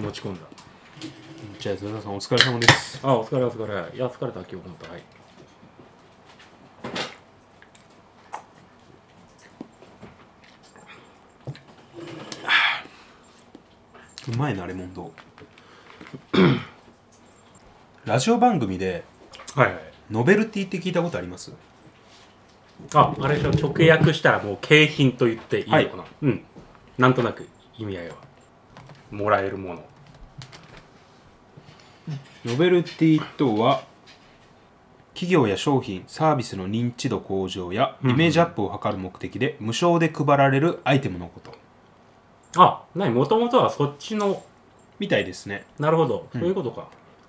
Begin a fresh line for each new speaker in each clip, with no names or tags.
持ち込んだ
じゃあ、ズナさんお疲れ様です。
あお疲れお疲れいや疲れた今日本当はい
うまいな、レモンド。ラジオ番組で、
はいはい
ノベルティって聞いたことあります
ああれでしょ直訳したらもう景品と言っていいのかな、うんなんとなく意味合いはもらえるもの
ノベルティとは、企業や商品、サービスの認知度向上やイメージアップを図る目的で、無償で配られるアイテムのこと。
あなにもともとはそっちの
みたいですね。
なるほど、そういうことか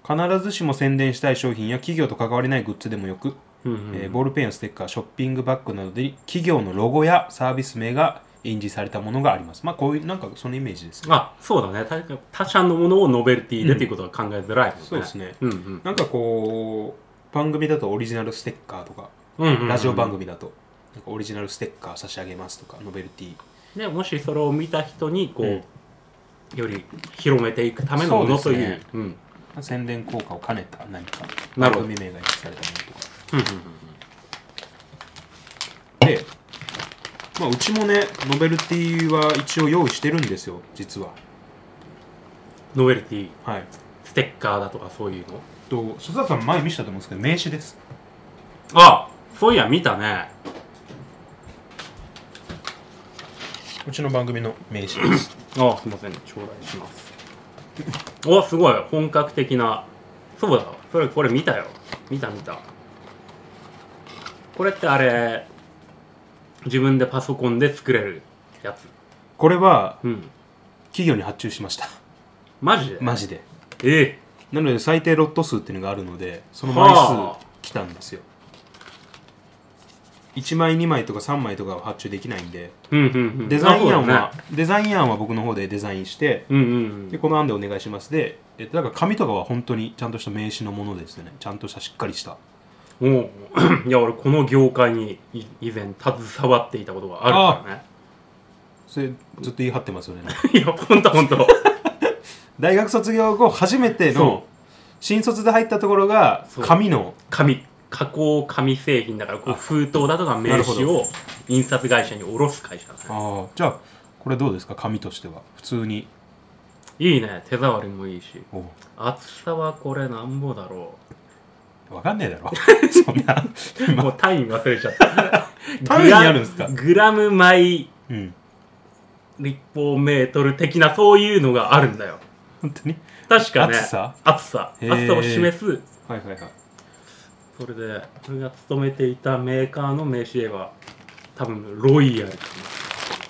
必ずしも宣伝したい商品や企業と関わりないグッズでもよく、
うんうん、
えーボールペンやステッカー、ショッピングバッグなどで企業のロゴやサービス名が印字されたものがあります。まあこういう、なんかそのイメージですね
あそうだね確かに他社のものをノベルティでっていうことは考えづらいもんね、
そうですね
うんうん
なんかこう番組だとオリジナルステッカーとか、
うんうんうん
ラジオ番組だとなんかオリジナルステッカー差し上げますとかノベルティ
でもしそれを見た人にこう、
うん
より広めていくためのものという
そうですね
うんうん
宣伝効果を兼ねた何か
な
番
るほど
組名が印字されたものとか
うん
で、まあ、うちもねノベルティは一応用意してるんですよ実は
ノベルティ
はい
ステッカーだとかそういうの
と須田さん前見せたと思うんですけど名刺です
あそういや見たね
うちの番組の名刺です
あすいません頂戴しますおすごい本格的なそうだそれこれ見たよ見た見たこれってあれ自分でパソコンで作れるやつ
これは
うん
企業に発注しました
マジで、
マジで
ええ
なので最低ロット数っていうのがあるのでその枚
はあ
数来たんですよ1枚2枚とか3枚とかは発注できないんで
うんうんうん
デザイン案
あ
は、デザイン案は僕の方でデザインして
そうだよねうんうんう
で
ん
この案でお願いしますでえっとだから紙とかは本当にちゃんとした名刺のものですよねちゃんとしたしっかりした
もういや俺この業界にい以前携わっていたことがあるからね
それずっと言い張ってますよね
いやほんとほんと
大学卒業後初めての
そ
新卒で入ったところが
そう
紙の
紙加工紙製品だからこう
あ
封筒だとか名
なるほ
刺
ど
を印刷会社に卸す会社だね
ああじゃあこれどうですか紙としては普通に
いいね手触りもいいし
お
厚さはこれなんぼだろ
わかんねえ だろそんな
うもう単位忘れちゃった
単位にあるんですか
グラグラム毎
うん
立方メートル的なそういうのがあるんだよ
本当に
確かね
厚さ
厚さ
へー
厚さを示す
はいはいはい
それで俺が勤めていたメーカーの名刺では多分ロイヤルか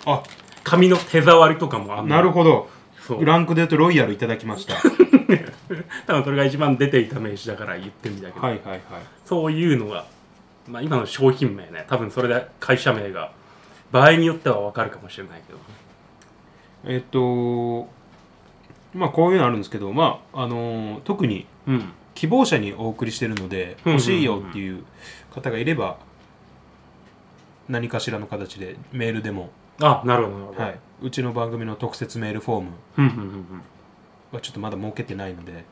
な
あ
紙の手触りとかもあんの
なるほど
そう
ランクで言うとロイヤルいただきました
多分それが一番出ていた名刺だから言ってみたけど、
はいはいはい
そういうのが、まあ、今の商品名ね多分それで会社名が場合によっては分かるかもしれないけど
えっとまあこういうのあるんですけどまああのー特に
うん
希望者にお送りしてるので
うんうんうん
欲しいよっていう方がいれば何かしらの形でメールでも、
あなるほどなるほど、
はい、うちの番組の特設メールフォーム
うんうんうん
はちょっとまだ設けてない ので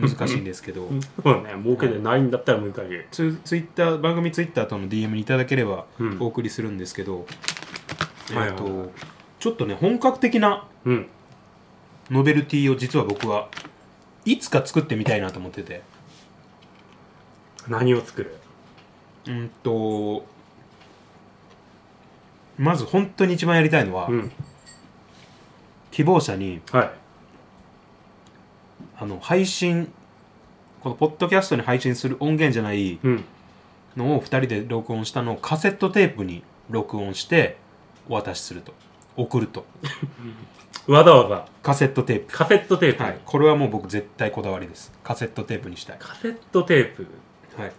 むず難しいんですけど
うんそうだね儲けてないんだったら難しい、
ツツイッター番組ツイッターとの DM にいただければ
うん
お送りするんですけど、
は
え
い
っ
はい
と、
はい
ちょっとね本格的な
うん、
ノベルティを実は僕はいつか作ってみたいなと思ってて
何を作る
うんとまず本当に一番やりたいのは、
うん
希望者に
はい
あの配信このポッドキャストに配信する音源じゃない
うん
のを2人で録音したのをカセットテープに録音してお渡しすると送ると
わざわざ
カセットテープ
カセットテープ、
はい、これはもう僕絶対こだわりですカセットテープにしたい、
カセットテープ
はい、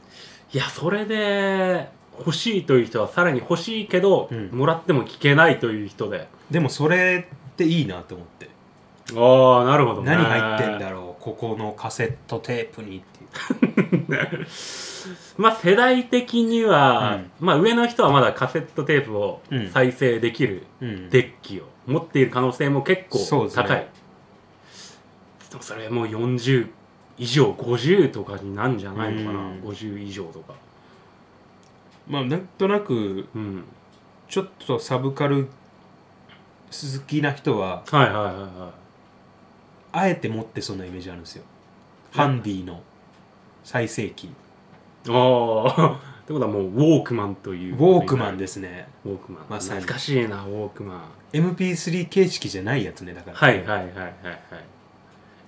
いやそれで欲しいという人はさらに欲しいけど、
うん
もらっても聞けないという人で
でもそれっていいなと思って
ああなるほどね
何入ってんだろうここのカセットテープにっていう
まあ世代的には、まあ上の人はまだカセットテープを
うん
再生できる
うん
デッキを持っている可能性も結構
そうですね
高い、でもそれもう40以上50とかになんじゃないのかな、
うん
50以上とか
まあなんとなく
うん
ちょっとサブカル好きな人は
はいはいはいは
あえて持ってそうなイメージあるんですよハンディの最盛期
いああ ってことはもうウォークマンとい
ウ
う
ォークマン
で
ですね
ウォークマン、
まさに
懐かしいなウォークマン
MP3 形式じゃないやつねだから、
はいはいはいはいはい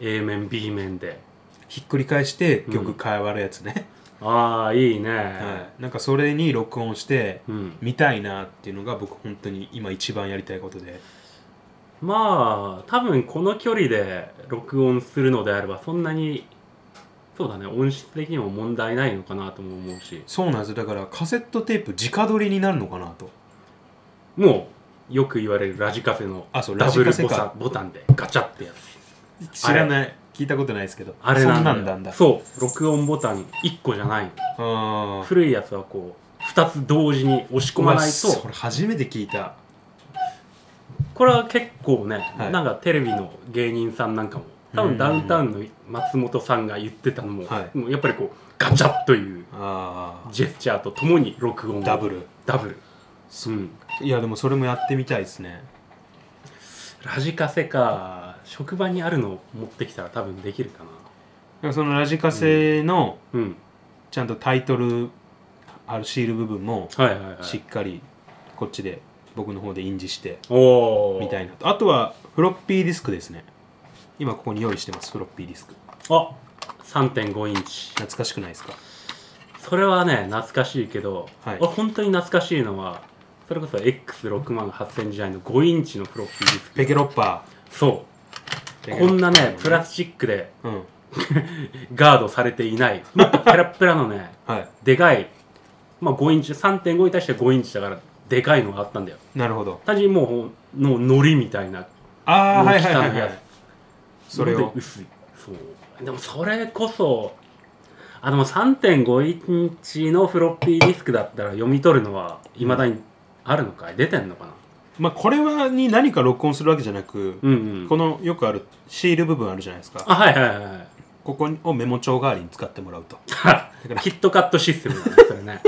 A 面 B 面で
ひっくり返して曲変わるやつね、
ああいいね、
はい、なんかそれに録音して
うん、
見たいなっていうのが僕本当に今一番やりたいことで
まあ多分この距離で録音するのであればそんなにそうだね音質的にも問題ないのかなとも思うし
そうなんですよだからカセットテープ直撮りになるのかなと
もうよく言われるラジカセの
あそう
ダブルボ
ラジカセ
タ
か
ンボタンでガチャってやつ
知らない聞いたことないですけど
あれ
そ
なんんだ
な
よ
んだんだ
そう録音ボタン1個じゃない
あ
古いやつはこう2つ同時に押し込まない
そ
と
れ初めて聞いた
これは結構ね、
はい
なんかテレビの芸人さんなんかも多分ダウンタウンの松本さんが言ってたのも,、
はい
もうやっぱりこうガチャという
あ
ジェスチャーとともに録音
あダブル
ダブルう
うん
ん
いやでもそれもやってみたいですね
ラジカセか職場にあるのを持ってきたら多分できるかな
だからそのラジカセの
うん
ちゃんとタイトルあるシール部分も
はいはいはい
しっかりこっちで僕の方で印字して
おお
みたいなとあとはフロッピーディスクですね今ここに用意してますフロッピーディスク
あ3.5インチ
懐かしくないですか
それはね懐かしいけど、
はい
俺本当に懐かしいのはそれこそ X6 万8000時代の5インチのフロッピーディスク
ペケロッパ
そう
ー
こんなねプラ
ス
スチックで
うん
ガードされていない もっとペラッペラのね
はい
でかいまあ5インチ3.5に対して5インチだからでかいのがあったんだよ
なるほど
単純にもうののりみたいな
あ
も
あ
う
はい
来
はい
た
は
の
いは
や
いそれ
ので
を
薄いそうでもそれこそあでも3.5インチのフロッピーディスクだったら読み取るのはいまだにあるのかい出てんのかな
まあこれはに何か録音するわけじゃなく、
うんうん
このよくあるシール部分あるじゃないですか
あはいはいはいはい
ここをメモ帳代わりに使ってもらうと
は
から
キットカットシステムだねそれ ね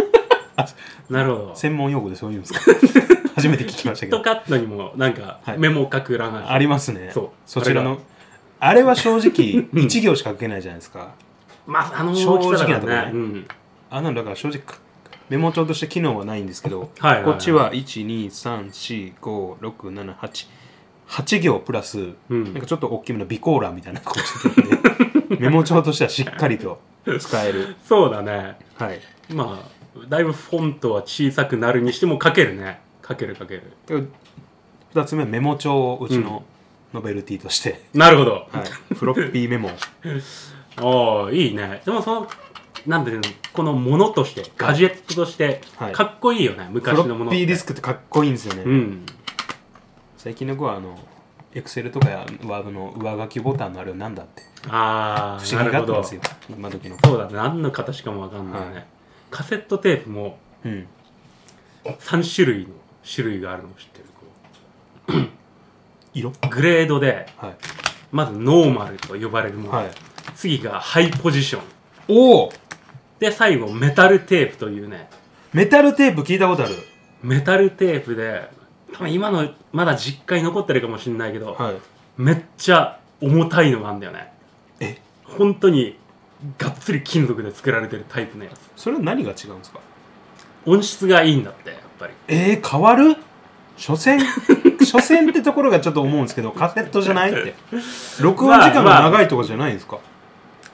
なるほどキ
専門用語でそういうんですか 初めて聞きました
ッ
け
ト
ど
カットにもなんか
はい
メモ書くらない、
ありますね
そう
ちらのあれは正直1行しか書けないじゃないですか
まああの
正直
大きさだ
なとこね
からねうん
あんなのだから正直メモ帳として機能 はないんですけど、
はいはいはい
こっちは123456788行プラス、
うん
なんかちょっと大きめの備考欄みたいな感じ で、メモ帳としてはしっかりと使える、
そうだね
はい、
まあだいぶフォントは小さくなるにしても書けるね書ける書ける
2つ目メモ帳をうちのノベルティとして、
なるほど、
はい、フロッピーメモ
ああいいねでもそのなんていうのこのものとしてガジェットとして、
はい
かっこいいよね
フ
昔
ロ
のもの
ッ
って
ピーディスクってかっこいいんですよね、
うん
最近の子はあのエクセルとかやワードの上書きボタンのあれはなんだって
あ
不
あ
思
な
議が
るほ
あったん
ど
ですよ今時の子
そうだね何の形かもわかんないね、
は
カセットテープも
うん
3種類の種類があるのを知ってるこ
色
うグレードで
はい
まずノーマルと呼ばれるもの、
はい
次がハイポジション
おお
で最後メタルテープというね
メタルテープ聞いたことある
メタルテープで多分今のまだ実家に残ってるかもしれないけど、
はい
めっちゃ重たいのがあんだよね
え
本当にがっつり金属で作られてるタイプのやつ
それは何が違うんですか
音質がいいんだってやっぱり
えー、変わる 所詮所詮ってところがちょっと思うんですけどカセットじゃない って録音時間が長いとかじゃないんですか、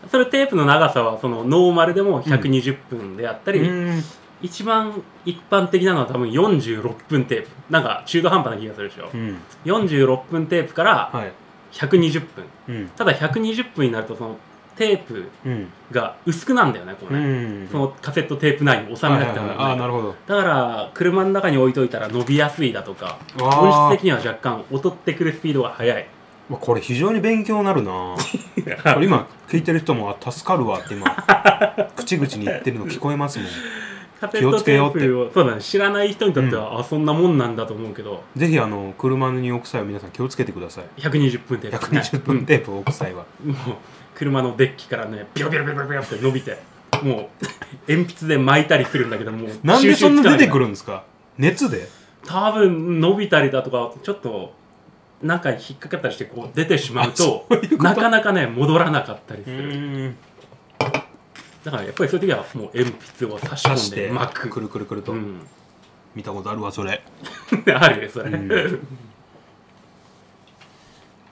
それテープの長さはそのノーマルでも120分であったり、
うーん
一番一般的なのは多分46分テープなんか中途半端な気がするでしょ、
うん
46分テープから
はい
120分
うん
ただ120分になるとそのテープ
うん
が薄くなんだよねこう
う
ね、
ん
そのカセットテープ内に収めなくても
はいはいはい
な
ああ
い
なるほど
だから車の中に置いといたら伸びやすいだとか
あー
音質的には若干劣ってくるスピードが速い
まあこれ非常に勉強になるなこ れ今聞いてる人もあ助かるわって今口々に言ってるの聞こえますもん
カセッ
気を
ト
つけ
テ
よう
ー
って
プをそうだ、ね、知らない人にとっては、あそんなもんなんだと思うけど
ぜひあの車に置く際は皆さん気をつけてください
120分テープ、ね、
120分テープを置く際は
もう車のデッキからねビロビロビロビロって伸びてもう鉛筆で巻いたりするんだけどもう
なんでそんな出てく
る
るんですか熱で
多分伸びたりだとかちょっとなんか引っかかったりしてこう出てしまうと
あそういうこと
なかなかね戻らなかったりする
ん
だからやっぱりそういう時はもう鉛筆を差し
刺
込
し
んで
て
巻く
くるくるくると、
うん、
見たことあるわそれ
あるよそれ、
うん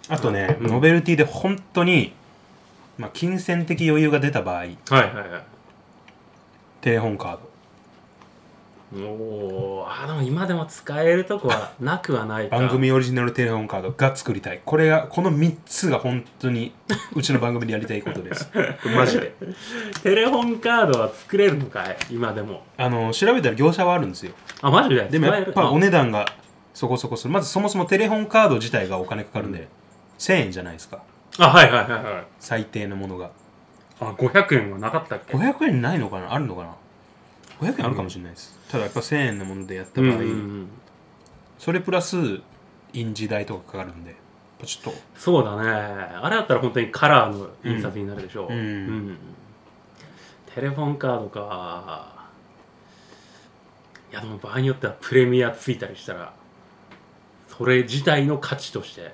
あとね、
うん
ノベルティで本当にまあ、金銭的余裕が出た場合
はいはいはい
定本カード
おーあでも今でも使えるとこはなくはないか
番組オリジナルテレホンカードが作りたいこれがこの3つが本当にうちの番組でやりたいことです マジで
テレホンカードは作れるのかい今でも
あの調べたら業者はあるんですよ
あマジで
でも
使
や
え
っ
る
ぱお値段がそこそこするまずそもそもテレホンカード自体がお金かかるんで、1000円じゃないですか
ああはいはいはいはい
最低のものが
あ500円はなかったっけ
500円ないのかなあるのかな500円あるかもしれないです、ただやっぱ1000円のものでやった場合、
うんうんうん
それプラス印字代とかかかるんでやっぱちょっと
そうだねあれだったら本当にカラーの印刷になるでしょ
うんうん
テレフォンカードかいやでも場合によってはプレミアついたりしたらそれ自体の価値として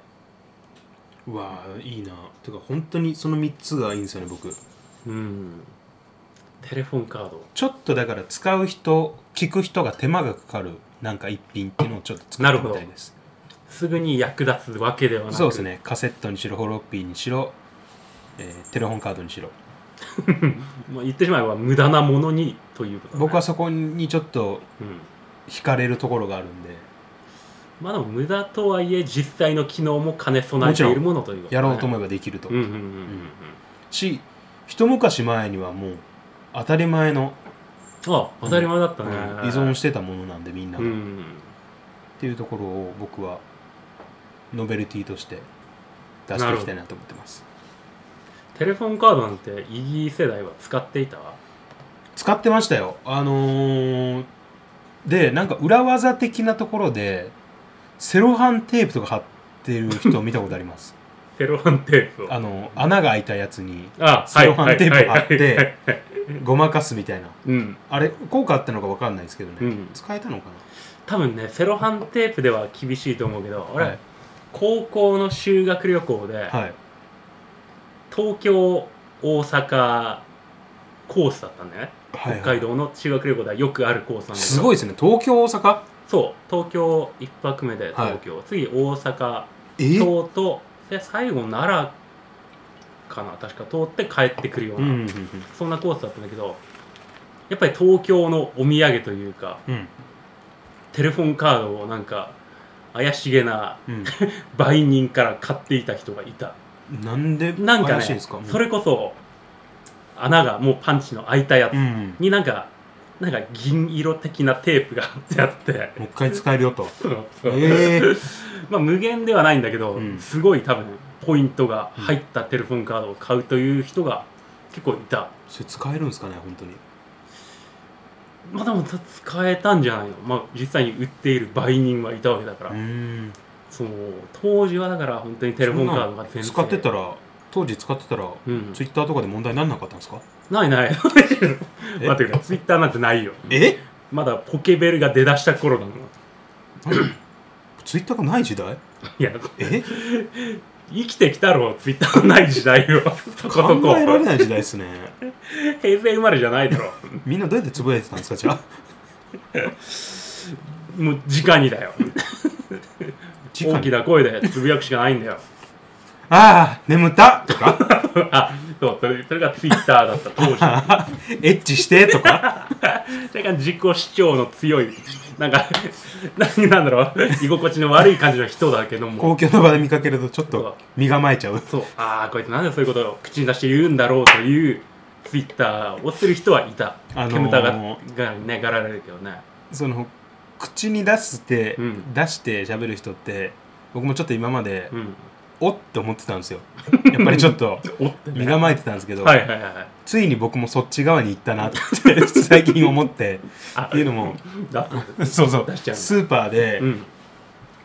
うわあいいなてか本当にその3つがいいんですよね僕
うんテレフォンカード
ちょっとだから使う人聞く人が手間がかかるなんか一品っていうのをちょっと作
な
って
るほ
み
ど
たいです
すぐに役立つわけではなく
そうですねカセットにしろホロッピーにしろ、えーテレホンカードにしろ
まあ言ってしまえば無駄なものにということだね、
僕はそこにちょっと
うん、
惹かれるところがあるんで
まあでも無駄とはいえ実際の機能も兼ね備えているものということ、
やろうと思
い
えばできると、
うんうんうんうんうん
し一昔前にはもう当たり前の、
あ当たり前だった
うん
ね、
依存してたものなんでみんな
う
が、っ
ん
ていうところを僕はノベルティとして出していきたいなと思ってます
テレフォンカードなんてイギー世代は使っていた
使ってましたよあのーでなんか裏技的なところでセロハンテープとか貼ってる人を見たことあります
セロハンテープを
あの穴が開いたやつに
あ
セロハンテープ
は
貼っ
いはいはいはい
てごまかすみたいな
うん
あれ効果あったのか分かんないですけどね、
うん
使えたのかな
多分ねセロハンテープでは厳しいと思うけど俺、
はい
高校の修学旅行で、
はい
東京大阪コースだったんだよね、
はいはい
北海道の修学旅行ではよくあるコースなんだけど
すごいですね東京大阪
そう東京1泊目で東京、次大阪
え
京都で最後奈良かな確か通って帰ってくるよう
う
な、
んうん
そんなコースだったんだけどやっぱり東京のお土産というか
うん
テレフォンカードをなんか怪しげな
うん
売人から買っていた人がいた
うんなんで
なんか
怪
ね
しいんですか
それこそ穴がもうパンチの開いたやつ
うんうん
になんか、なんか銀色的なテープが貼ってあって
もう一回使えるよと
そうそう
ええ
まあ無限ではないんだけど、
うん
すごい多分ポイントが入ったテレフォンカードを買うという人が結構いた
それ使えるんですかね本当に
まあでも使えたんじゃないのまあ実際に売っている売人はいたわけだから、
うん
その当時はだから本当にテレフォンカードが全然
使ってたら当時使ってたら、
うん
ツイッターとかで問題にならなかったんですか
ないない 待ってくれツイッターなんてないよ
え
まだポケベルが出だした頃なの
ツイッターがない時代
いや
え
生きてきたろツイッターのない時代をそこ
考
そこ
えられない時代ですね
平成生まれじゃないだろ
みんなどうやってつぶやいてたんですかじゃあ
もう直にだよ
時
大きな声でつぶやくしかないんだよ
ああ眠ったとか
あそうそれそれがツイッターだった当時
エッチしてと か
それが自己主張の強いなんか何なんだろう居心地の悪い感じの人だけども
公共の場で見かけるとちょっと身構えちゃう
そうああこいつなんでそういうことを口に出して言うんだろうというツイッターをする人はいた、
あのー
煙たががねがられるけどね
その口に出して、
うん
出して喋る人って僕もちょっと今まで
うん
おって思ってたんですよやっぱりちょ っと
おって
身
ね
構えてたんですけど、
はいはいはいはい
ついに僕もそっち側に行ったなって 最近思って
あ
っていうのも
だ
そうそう
出しちゃう
スーパーで、
うん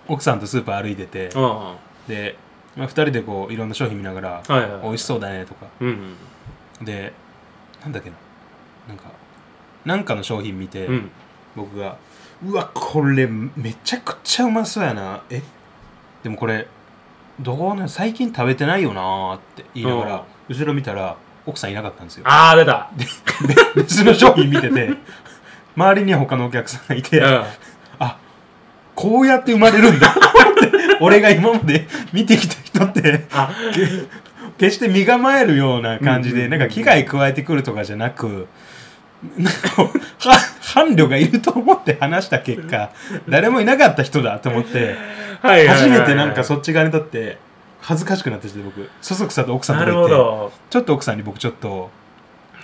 奥さんとスーパー歩いてて
うんは
で、まあ、2人でこういろんな商品見ながら、
いはいはい
美味しそうだねとか
うんうん
でなんだっけななんかなんかの商品見て、
うん
僕がうわこれめちゃくちゃうまそうやなえでもこれどうなん最近食べてないよなーって言いながら後ろ見たら奥さんいなかったんですよ
ああ出た
別の商品見てて周りには他のお客さんがいて、
う
こうやって生まれるんだ 俺が今まで見てきた人って
あ
け決して身構えるような感じで、
うんうんうん
なんか危害加えてくるとかじゃなく なんかは伴侶がいると思って話した結果誰もいなかった人だと思って
んはいはいはい
初めてなんかそっち側に立って恥ずかしくなってきて僕そそくさと奥さん
な
と
る
こ
ほ
行って
ど
ちょっと奥さんに僕ちょっと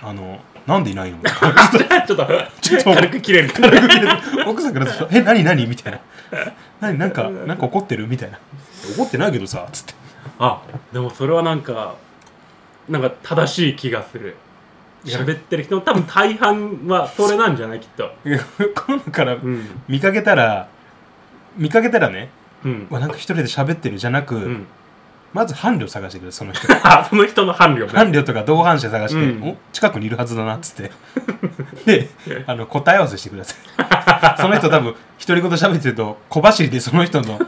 あのなんでいないの
ちょっと
ちょっと
軽く切れるから
奥さんからすると「え何何?」みたいな「何なんかなんか怒ってる?」みたいな「怒ってないけどさ」つって
あでもそれはなんかなんか正しい気がする
いや
喋ってる人の多分大半はそれなんじゃないきっと
今度から
うん
見かけたら見かけたらね
うん
わなんか一人で喋ってるじゃなく、
うん
まず伴侶探してくれその人
あその人の伴侶ね
伴侶とか同伴者探して、
うん
お近くにいるはずだなっつって であの答え合わせしてください その人多分独り言喋ってると小走りでその人の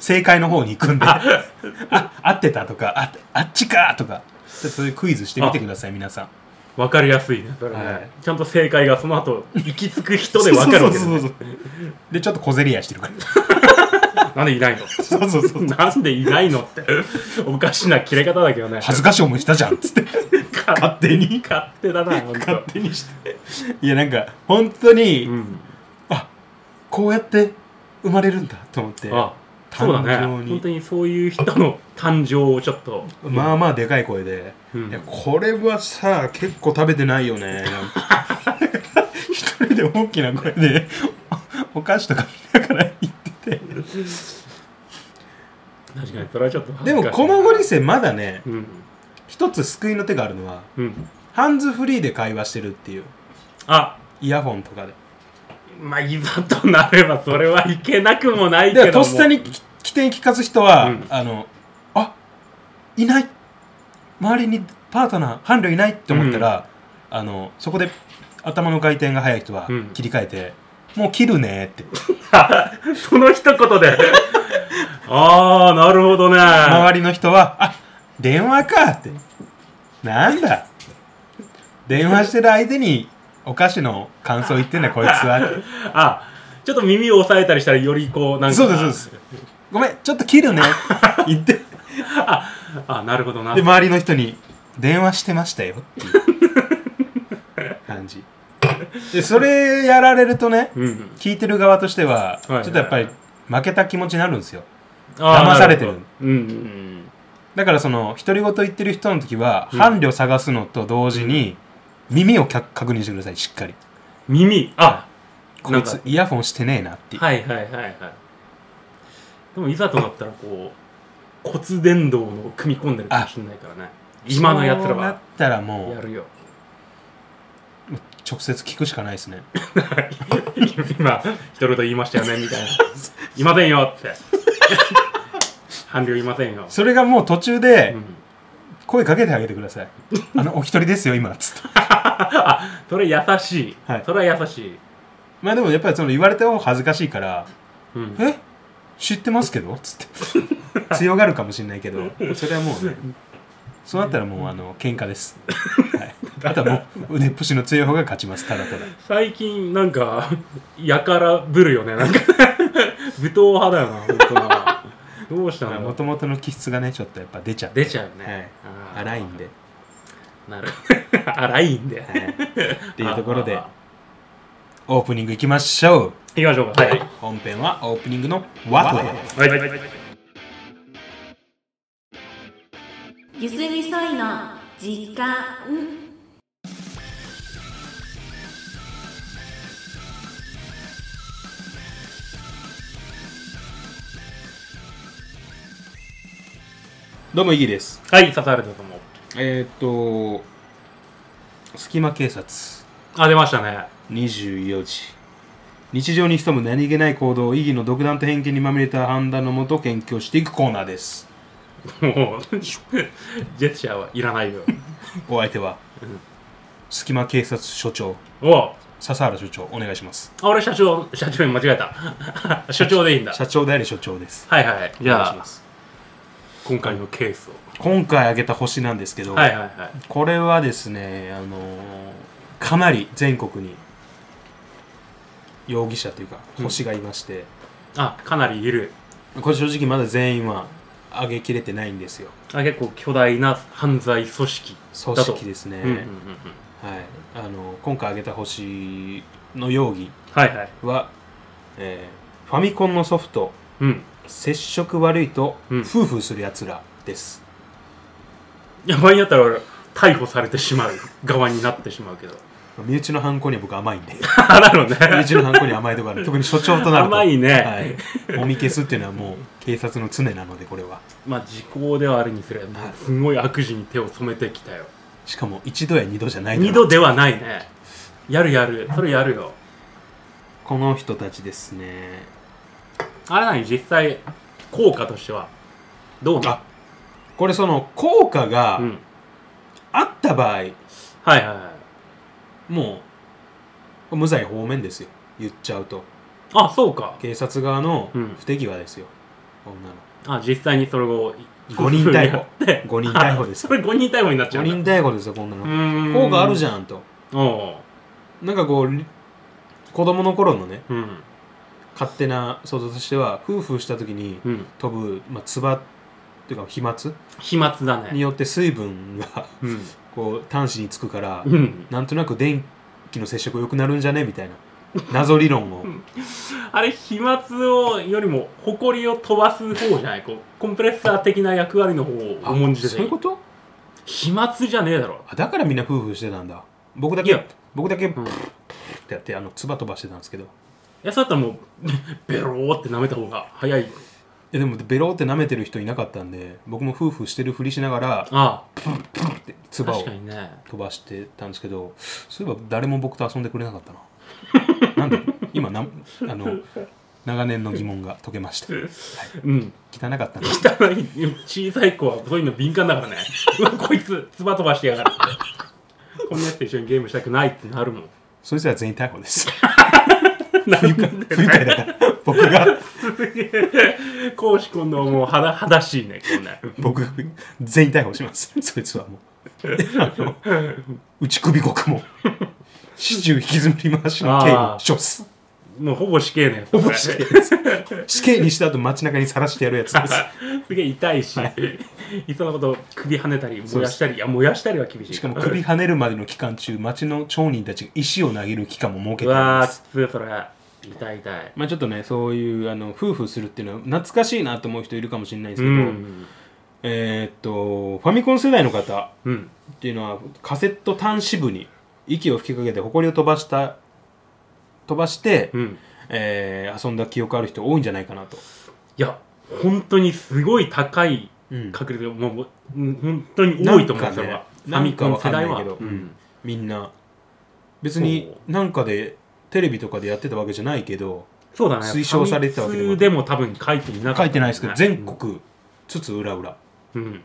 正解の方 に行くんであ合ってたとかああっちかとかでそういうクイズしてみてください皆さん
分かりやすいねそれね
はい
ちゃんと正解がその後行き着く人で分かるわけ
そう
ね
そうそうそうでちょっと小競り合いして るから
なんでいないの
そうそうそう
なんでいないのっ ておかしな切れ方だけどね
恥ずかしい思いしたじゃん っつって
勝
勝手に
手だな本当
勝手にしていやなんか本当に、
うん
こうやって生まれるんだと思って
あそうだね
誕生に
本当にそういう人の誕生をちょっと
まあまあでかい声で、
うん
いやこれはさ結構食べてないよね 一人で大きな声でおお菓子とか見ながら言ってて
確かにそれはちょっと恥
で
ずか
も
しい
このご時世まだね
うん
一つ救いの手があるのは
うん
ハンズフリーで会話してるっていう
あ
イヤホンとかで
まあいざとなればそれはいけなくもないけど
で
も
とっさにき起点聞かす人は、
うん
あのあいない周りにパートナー伴侶いないって思ったら、あのそこで頭の回転が速い人は
うん
切り替えて、もう切るねって
その一言 でああなるほどね
周りの人はあ電話かってなんだ電話してる相手にお菓子の感想言ってんだこいつはって
あちょっと耳を押さえたりしたらよりこうなんか
そうですそうですごめんちょっと 切るねって言って
あなるほどな
で周りの人に電話してましたよっ ていう感じでそれやられるとね
うん
聞いてる側としてはち
いはい
ょ
はい
っとやっぱり負けた気持ちになるんですよ
あー
騙されて
な
る
ほどうんうん
だからその独り言言ってる人の時は伴侶探すのと同時に耳をか確認してくださいしっかり
耳あ
こい
なん
つ
か
イヤホンしてねえなっていう
はいはいはいはいでもいざとなったらこう骨伝導の組み込んでるかもしれないからね今のやつら
そうなっ
は
たらも
や
う
るよ
直接聞くしかないですね
今一言言いましたよねみたいな「いませんよ」って「伴侶いませんよ」
それがもう途中で
うん
声かけてあげてくださいあのお一人ですよ今つって
あそれ優しい、
はい
それは優しい、
まあでもやっぱりその言われた方が恥ずかしいから
うん、
え知ってますけどつって強がるかもしれないけどそれはもうねそうなったらもうあの喧嘩です、はい、あとはもう腕っぷしの強い方が勝ちますただただ
最近なんかやからぶるよねなんか武闘派だよな本当などうしたんだろ
も
う
ともとの気質がねちょっとやっぱ出ちゃって
出ちゃうね、
はい
あー
荒いんで、
なる 荒いんで
はい、っていうところで
あ
オープニングいきましょ
ー行きましょう
う、
かはい
本編はオープニングの「ワトへ
はい、はいはい
ゆすみそいの時間
どうもイギです
はい笹原とも
えー、っと隙間警察
あ出ましたね
24時日常に潜む何気ない行動意義の独断と偏見にまみれた判断のもと研究していくコーナーです
もうジェスチャーはいらないよ
お相手は、隙間警察署長
おう
笹原署長お願いします
あ俺社長社長に間違え た署長でいいんだ
社長であり署長です
はいはいじ
お願い
ゃ
し
あ
ます
今回のケースを
今回挙げた星なんですけど、
はいはいはい
これはですねあのかなり全国に容疑者というか
うん
星がいまして、
あかなりいる
これ正直まだ全員は挙げきれてないんですよ
あ結構巨大な犯罪組織
組
だと
織ですね、
うんうんうんうん
はい、あの今回挙げた星の容疑
はいはい
は、えーファミコンのソフト
うん
接触悪いと
うん
夫婦するやつらです、
いや場合によったら俺逮捕されてしまう 側になってしまうけど
身内の犯行には僕甘いんで
あなるほど
身
ね
内の犯行には甘いところある特に所長となると
甘いね
はい、お見消すっていうのはもう警察の常なのでこれは
まあ時効ではあるにすれば
はい
すごい悪事に手を染めてきたよ
しかも一度や二度じゃないだろ
二
う
度ではないねやるやるそれやるよ
この人たちですね
あれなに実際効果としてはどうな
あこれその効果が
うん
あった場合、
はいはいはい
もう無罪方面ですよ言っちゃうと
あそうか
警察側の
うん
不手際ですよ、こんなの
あ実際にそれを
5人逮捕
で
5人逮捕です
そ
よ
れ5人逮捕になっちゃ
5
う
人逮捕ですよこんなの
人
効果あるじ
ゃ
ゃんと
んお
なんかこうり子供の頃のね
ううん
勝手な想像としては夫婦した時に
うん
飛ぶ、まあ、唾っていうか飛沫
飛沫だ
に
ね
よって水分が
うん
こう端子につくから
うん
なんとなく電気の接触良くなるんじゃねみたいな謎理論を
あれ飛沫をよりも埃を飛ばす方じゃないこうコンプレッサー的な役割の方を
あ
重んじて
そういうこと
飛沫じゃねえだろ
あだからみんな夫婦してたんだ僕だ
いや
け僕だけ
うん
ってやってあの唾飛ばしてたんですけどい
いやそうだったらもう ベローって舐めた方が早い
やでもベローって舐めてる人いなかったんで僕も夫婦してるふりしながら
あ
って
あ
唾を
確かにね
飛ばしてたんですけどそういえば誰も僕と遊んでくれなかった ななんで今なあの長年の疑問が解けました
うん
汚かったな
汚い小さい子はそういうの敏感だからね うわこいつ唾飛ばしてやがるこんなやつと一緒にゲームしたくないってなるもん
そいつら全員逮捕です 不愉快不愉快だから僕が
公私今度もうはだはだしいねこんな
僕が全員逮捕しますそいつ はもうあの内首獄も始終引きずり回しの刑に処す
もうほぼ死刑ねほ
ぼ死刑です死刑にした後街中にさらしてやるやつです
すげえ痛いし、いっそのこと首跳ねたり燃やしたりいや燃やしたりは厳しい
しかも首跳ねるまでの期間中町の町人たちが石を投げる期間も設け
う
てあり
わ
ま
ー
す
きついそれ痛い痛い
まあちょっとねそういうあの夫婦するっていうのは懐かしいなと思う人いるかもしれないんです
う
けど、
ん
えーっとファミコン世代の方
うん
っていうのはカセット端子部に息を吹きかけて埃を飛ばした飛ばして、
うん
えー遊んだ記憶ある人多いんじゃないかなと
いや本当にすごい高い
うん
確率がもうもううん本当に多いと思うんですよ、
なんかね
ファミコン世代
なんかわかんな
はい
けど
うん
みんな別になんかでテレビとかでやってたわけじゃないけど
そうだね
推奨されてたわけでも
ファミ通でも多分書いていなかった
書いてないですけど全国つつ裏裏
うん、うん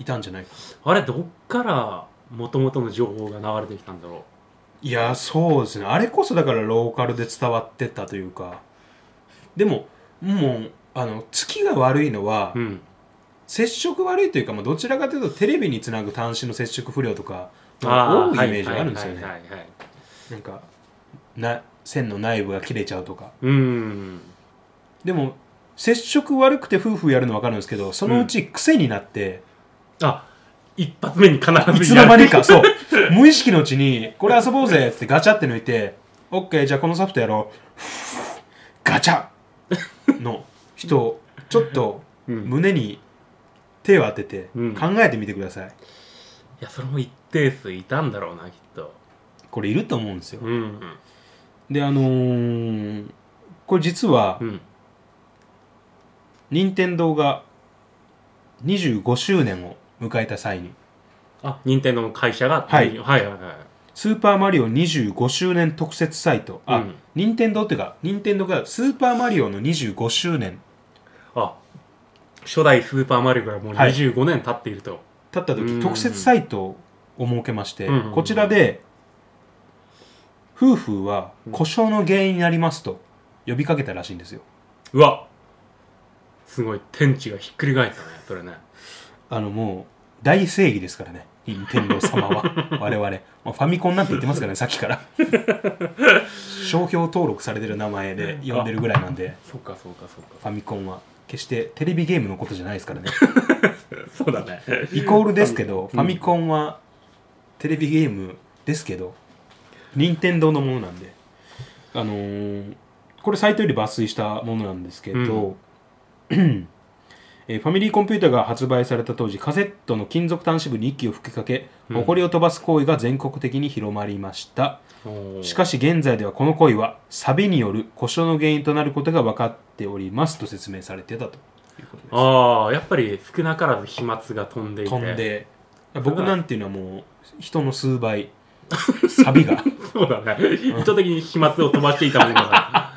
いたんじゃないか
あれどっからもともとの情報が流れてきたんだろ
いやそうですねあれこそだからローカルで伝わってったというかでももうあの月が悪いのは、
ううん
接触悪いというか、まあ、どちらかというとテレビにつなぐ端子の接触不良とか
あ
多
ー
いイメージがあるんですよ
はいは
ね
いはいはいはい
なんかな線の内部が切れちゃうとか
うん
でも接触悪くて夫婦やるの分かるんですけどそのうち癖になって、
あ一発目に必ずやる
いつの間にかそう 無意識のうちにこれ遊ぼうぜっつってガチャって抜いて OK じゃあこのソフトやろうガチャの人ちょっと
うん
胸に手を当てて
うん
考えてみてください、
いやそれも一定数いたんだろうなきっと
これいると思うんですよ
うん
であのーこれ実は
うん
任天堂が25周年を迎えた際に
あ任天堂の会社が、
はい
はいはいはい
「スーパーマリオ25周年特設サイト」あ、
うん
任天堂っていうか任天堂が「スーパーマリオ」の25周年
あ初代スーパーマリオからもう
はい
25年経っていると、
経った
うん
時特設サイトを設けまして、
うん
こちらで夫婦は故障の原因になりますと呼びかけたらしいんですよ
うわすごい天地がひっくり返ったねそれね
あのもう大正義ですからね任天堂 様は我々、まあ、ファミコンなんて言ってますからねさっきから商標登録されてる名前で呼んでるぐらいなんで
そうかそうかそう
ファミコンは決してテレビゲームのことじゃないですからね
かそうだね
イコールですけどファミコンはテレビゲームですけど任天堂のものなんであのーこれサイトより抜粋したものなんですけど、 えーファミリーコンピュータが発売された当時カセットの金属端子部に息を吹きかけ
うん
埃を飛ばす行為が全国的に広まりました、
おー
しかし現在ではこの行為はサビによる故障の原因となることが分かっておりますと説明されてたということです
ああやっぱり少なからず飛沫が飛んでいて
飛んで僕なんていうのはもう人の数 倍サビが
そうだね意図的に飛沫を飛ばしていたものが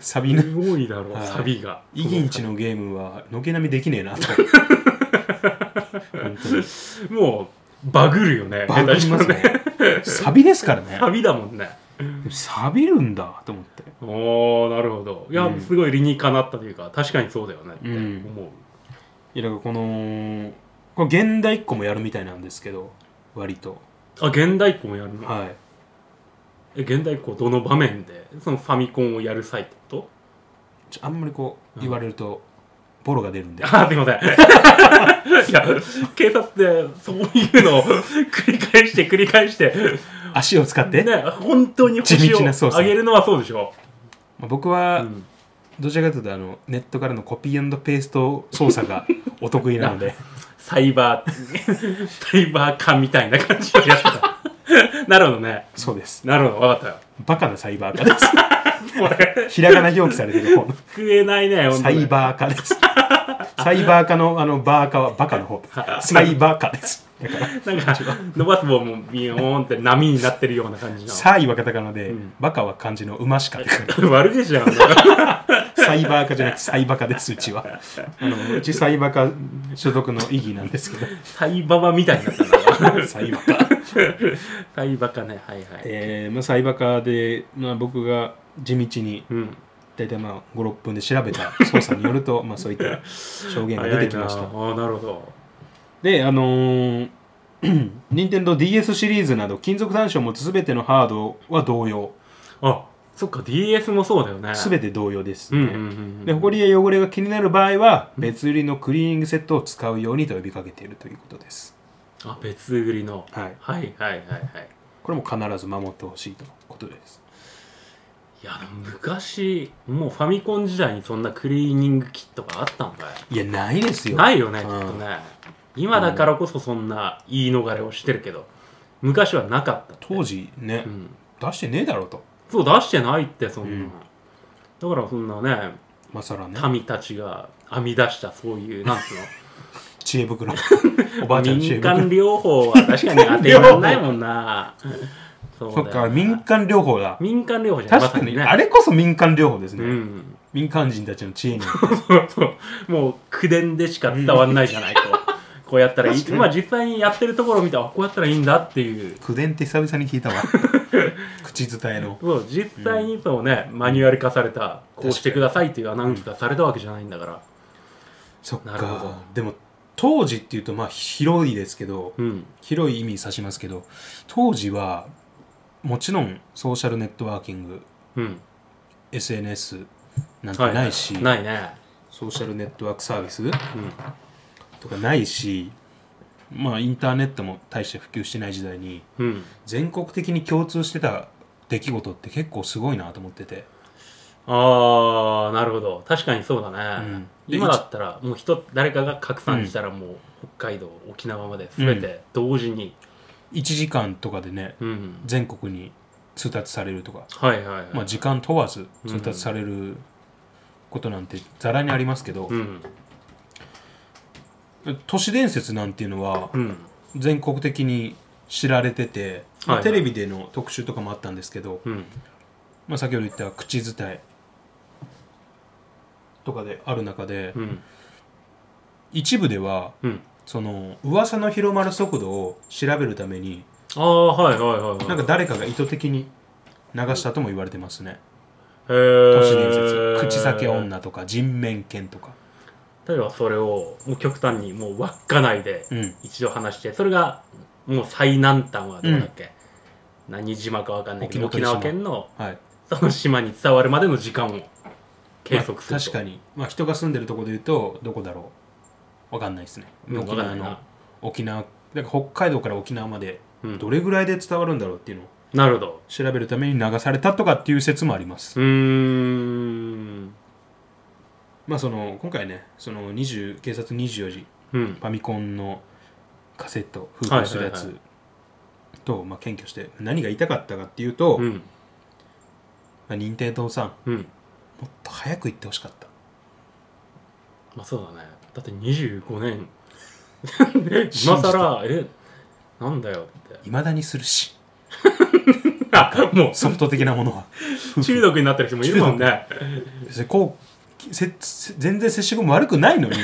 サ ビの
すごいだろう、
はい
サビが
イギンチのゲームは軒並みできねえ なと本当に
もうバグるよね
バグりますねサビですからね
サビだもんね
サビるんだと思って
おーなるほどいや、
うん
すごい理にかなったというか確かにそうだよねって
うん
思う、
いやだからこのこれ現代っ子もやるみたいなんですけど割と
あ現代っ子もやるの、
はい
え現代っ子どの場面でそのファミコンをやる際ってこと
ちょあんまりこう言われるとボロが出るん で
あーすい ませんいや警察でそういうのを 繰り返して繰り返して
足を使って、
ね本当に
地
星
道な操
を
作
上げるのはそうでしょ
まあ僕
う
は、
ん
どちらかというとあのネットからのコピーペースト操作 がお得意なので
サイバー サイバー化みたいな感じでやってたなるほどね
そうです
なるほど分かったよ
バカなサイバー化です
これ
ひらがな表記されて る方の
食えないね本当
サ
に
イバー化ですサイバー化のあのバー化はバカの方サイバー化ですだから
なんか伸ばす棒もビヨーンって波になってるような感じの
サイはカタカナで、
うん
バカは漢字の馬しかです
悪いじゃん
サイバー化じゃなくてサイバカですうちはあのうちサイバカ所属の意義なんです けど
サイババみたいになったな
サイバカ
サイバカねはいはい、
えーまあ、サイバカで、まあ、僕が地道に
うん
大体まあ56分で調べた捜査による とまあそういった証言が出てきまし
早
た
いなあーなるほど
であのー 任天堂 d s シリーズなど金属弾子を持つ全てのハードは同様
あそっか DS もそうだよね
全て同様です
うん
ね、
うんうんうん
で埃や汚れが気になる場合は別売りのクリーニングセットを使うようにと呼びかけているということです、
あ別売りの、
はい、
はい、はいはいはい
これも必ず守ってほしいとのことです
いやでも昔もうファミコン時代にそんなクリーニングキットがあったんか
いやないです
い
よ
ないよねき
う
っ
ん
とね今だからこそそんな言い逃れをしてるけど昔はなかったって
当時ね、
うん
出してねえだろうと
そう出してないってそんな、
うん
だからそんなね
まさらね
民たちが編み出したそういうなんつうの
知恵 袋お ばあちゃんの知恵
民
袋
間療法は確かに当てにならないもんなそうだ
そ
よ
っ
な
か民間療法だ
民間療法じゃん
確か
まさ
に、あれこそ民間療法です
う
ね、
ん
民間人たちの知恵に
そうそうもう口伝でしか伝わんないじゃないと、こうやったらいい
確かに
まあ実際にやってるところを見たらあこうやったらいいんだっていう
口伝って久々に聞い たわ口伝えの
そう実際にそうね、マニュアル化されたこうしてくださいっていうアナウンスがされたわけじゃないんだから
そっ
なるほど
かでも当時っていうとまあ広いですけど
うん
広い意味指しますけど当時はもちろんソーシャルネットワーキング
うん
SNS なん
は
てないし、
ないね
ソーシャルネットワークサービス
うん
とかないしまあインターネットも大して普及してない時代に
うん、
全国的に共通してた出来事って結構すごいなと思ってて、
ああなるほど確かにそうだね、
うんで
今
いち
だったらもう人誰かが拡散したらもう北海道沖縄まで全て同時に
1時間とかでね
うん、
全国に通達されるとか、
はいはいはい、
まあ、時間問わず通達されることなんてざらにありますけど、
うん
都市伝説なんていうのは
うん
全国的に知られてて、まあ
はいはい
テレビでの特集とかもあったんですけど、
うん
まあ、先ほど言った口伝えとかである中で、
うん
一部では
うん
その噂の広まる速度を調べるために
ああはいはいはいはい
なんか誰かが意図的に流したとも言われてますね、
へー
都市伝説口裂け女とか人面犬とか、
例えばそれをもう極端にもう稚内で
うん、
一度話してそれがもう最南端はどこだっけ、何島かわかんないけど
沖
沖
ノ
縄
鳥島
県の
はい
その島に伝わるまでの時間を計測す
ま
る
あ
と、
確かに、まあ、人が住んでるとこで言うとどこだろうわかんないですね、
うん
沖
わか
縄
んない
の
な
沖縄だから北海道から沖縄まで
うん
どれぐらいで伝わるんだろうっていうのを
なるほど
調べるために流されたとかっていう説もあります、
うーん
まあその今回ねその20警察24時
うん
ファミコンのカセット封封するや
はいはい
つと、まあ、検挙して何が言いたかったかっていうと、
うん
まあ、任天堂さん
うん
もっと早く行ってほしかった
まあそうだねだって25年 今さらえなんだよって
いまだにするし
あ も
ソフト的なものは
う中毒になってる人もいるもんね
別にこうせせ全然接触も悪くない のに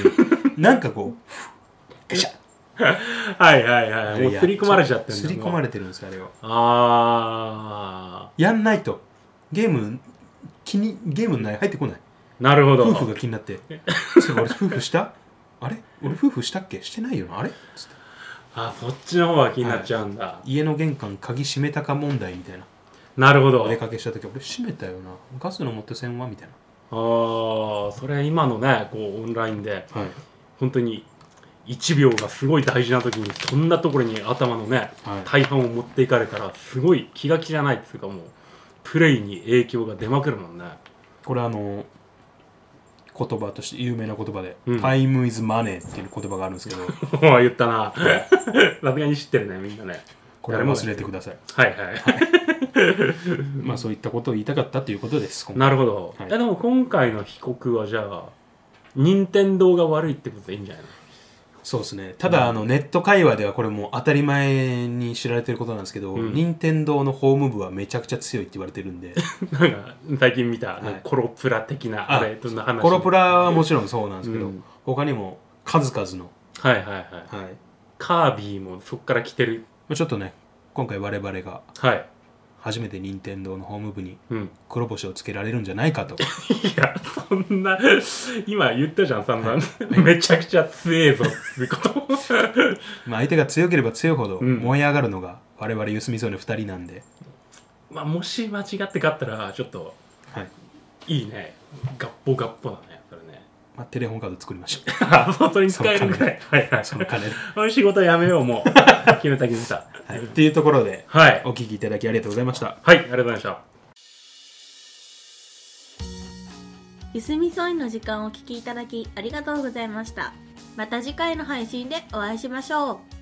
なんかこうす
はいはいはいもう刷り込まれちゃってる
すり込ま
れ
れてるんですよあれは
あ
やんないとゲーム気にゲームの内容入ってこない
ーなるほど
夫婦が気に なって「そう俺夫婦したあれ俺夫婦したっけしてないよなあれ?」つって
あそっちの方が気になっちゃうんだ、
家の玄関鍵閉めたか問題みたいな
なるほど
お
あ
出かけした時俺閉めたよなガスの持ってせんわみたい
あーそれ今のねこうオンラインで
なはい
本当に1秒がすごい大事な時にそんなところに頭のね、
はい
大半を持っていかれたらすごい気が気じゃないっていうかもうプレイに影響が出まくるもんね
これあの言葉として有名な言葉で「
うん
Time is money」っていう言葉があるんで すけど
おー言ったなさすがに知ってるねみんなね
これは忘れてください
はいはい
まあそういったことを言いたかったということです今回
なるほど、
はい
いやでも今回の被告はじゃあ任天堂が悪いってことでいいんじゃないの
そうですねただ、あのネット界隈ではこれもう当たり前に知られてることなんですけど、
うん
任天堂のホーム部はめちゃくちゃ強いって言われてるんで
なんか最近見た、
い
なんかコロプラ的な
あ
あれどんな話
コロプラはもちろんそうなんですけど、
うん
他にも数々の、
はいはいはい
はいま
カービィもそっから来てる
あちょっとね今回我々が
はい
初めて任天堂のホーム部に
うん
黒星をつけられるんじゃないかと
いやそんな今言ったじゃん散々めちゃくちゃ強えぞってこと
まあ相手が強ければ強いほど
うん
燃え上がるのが我々ゆすみそうの2人なんで、
まあもし間違って勝ったらちょっと
はい
いいねガッポガッポだねそれね
まあ、テレホンカード作りましょう
あ本当に使えるぐらいはいはい
その金で、
この仕事やめよう もう決めた決めた
はい、っていうところで
はい
お聞きいただきありがとうございました
はいありがとうございました
ゆすみそいの時間をお聞きいただきありがとうございましたまた次回の配信でお会いしましょう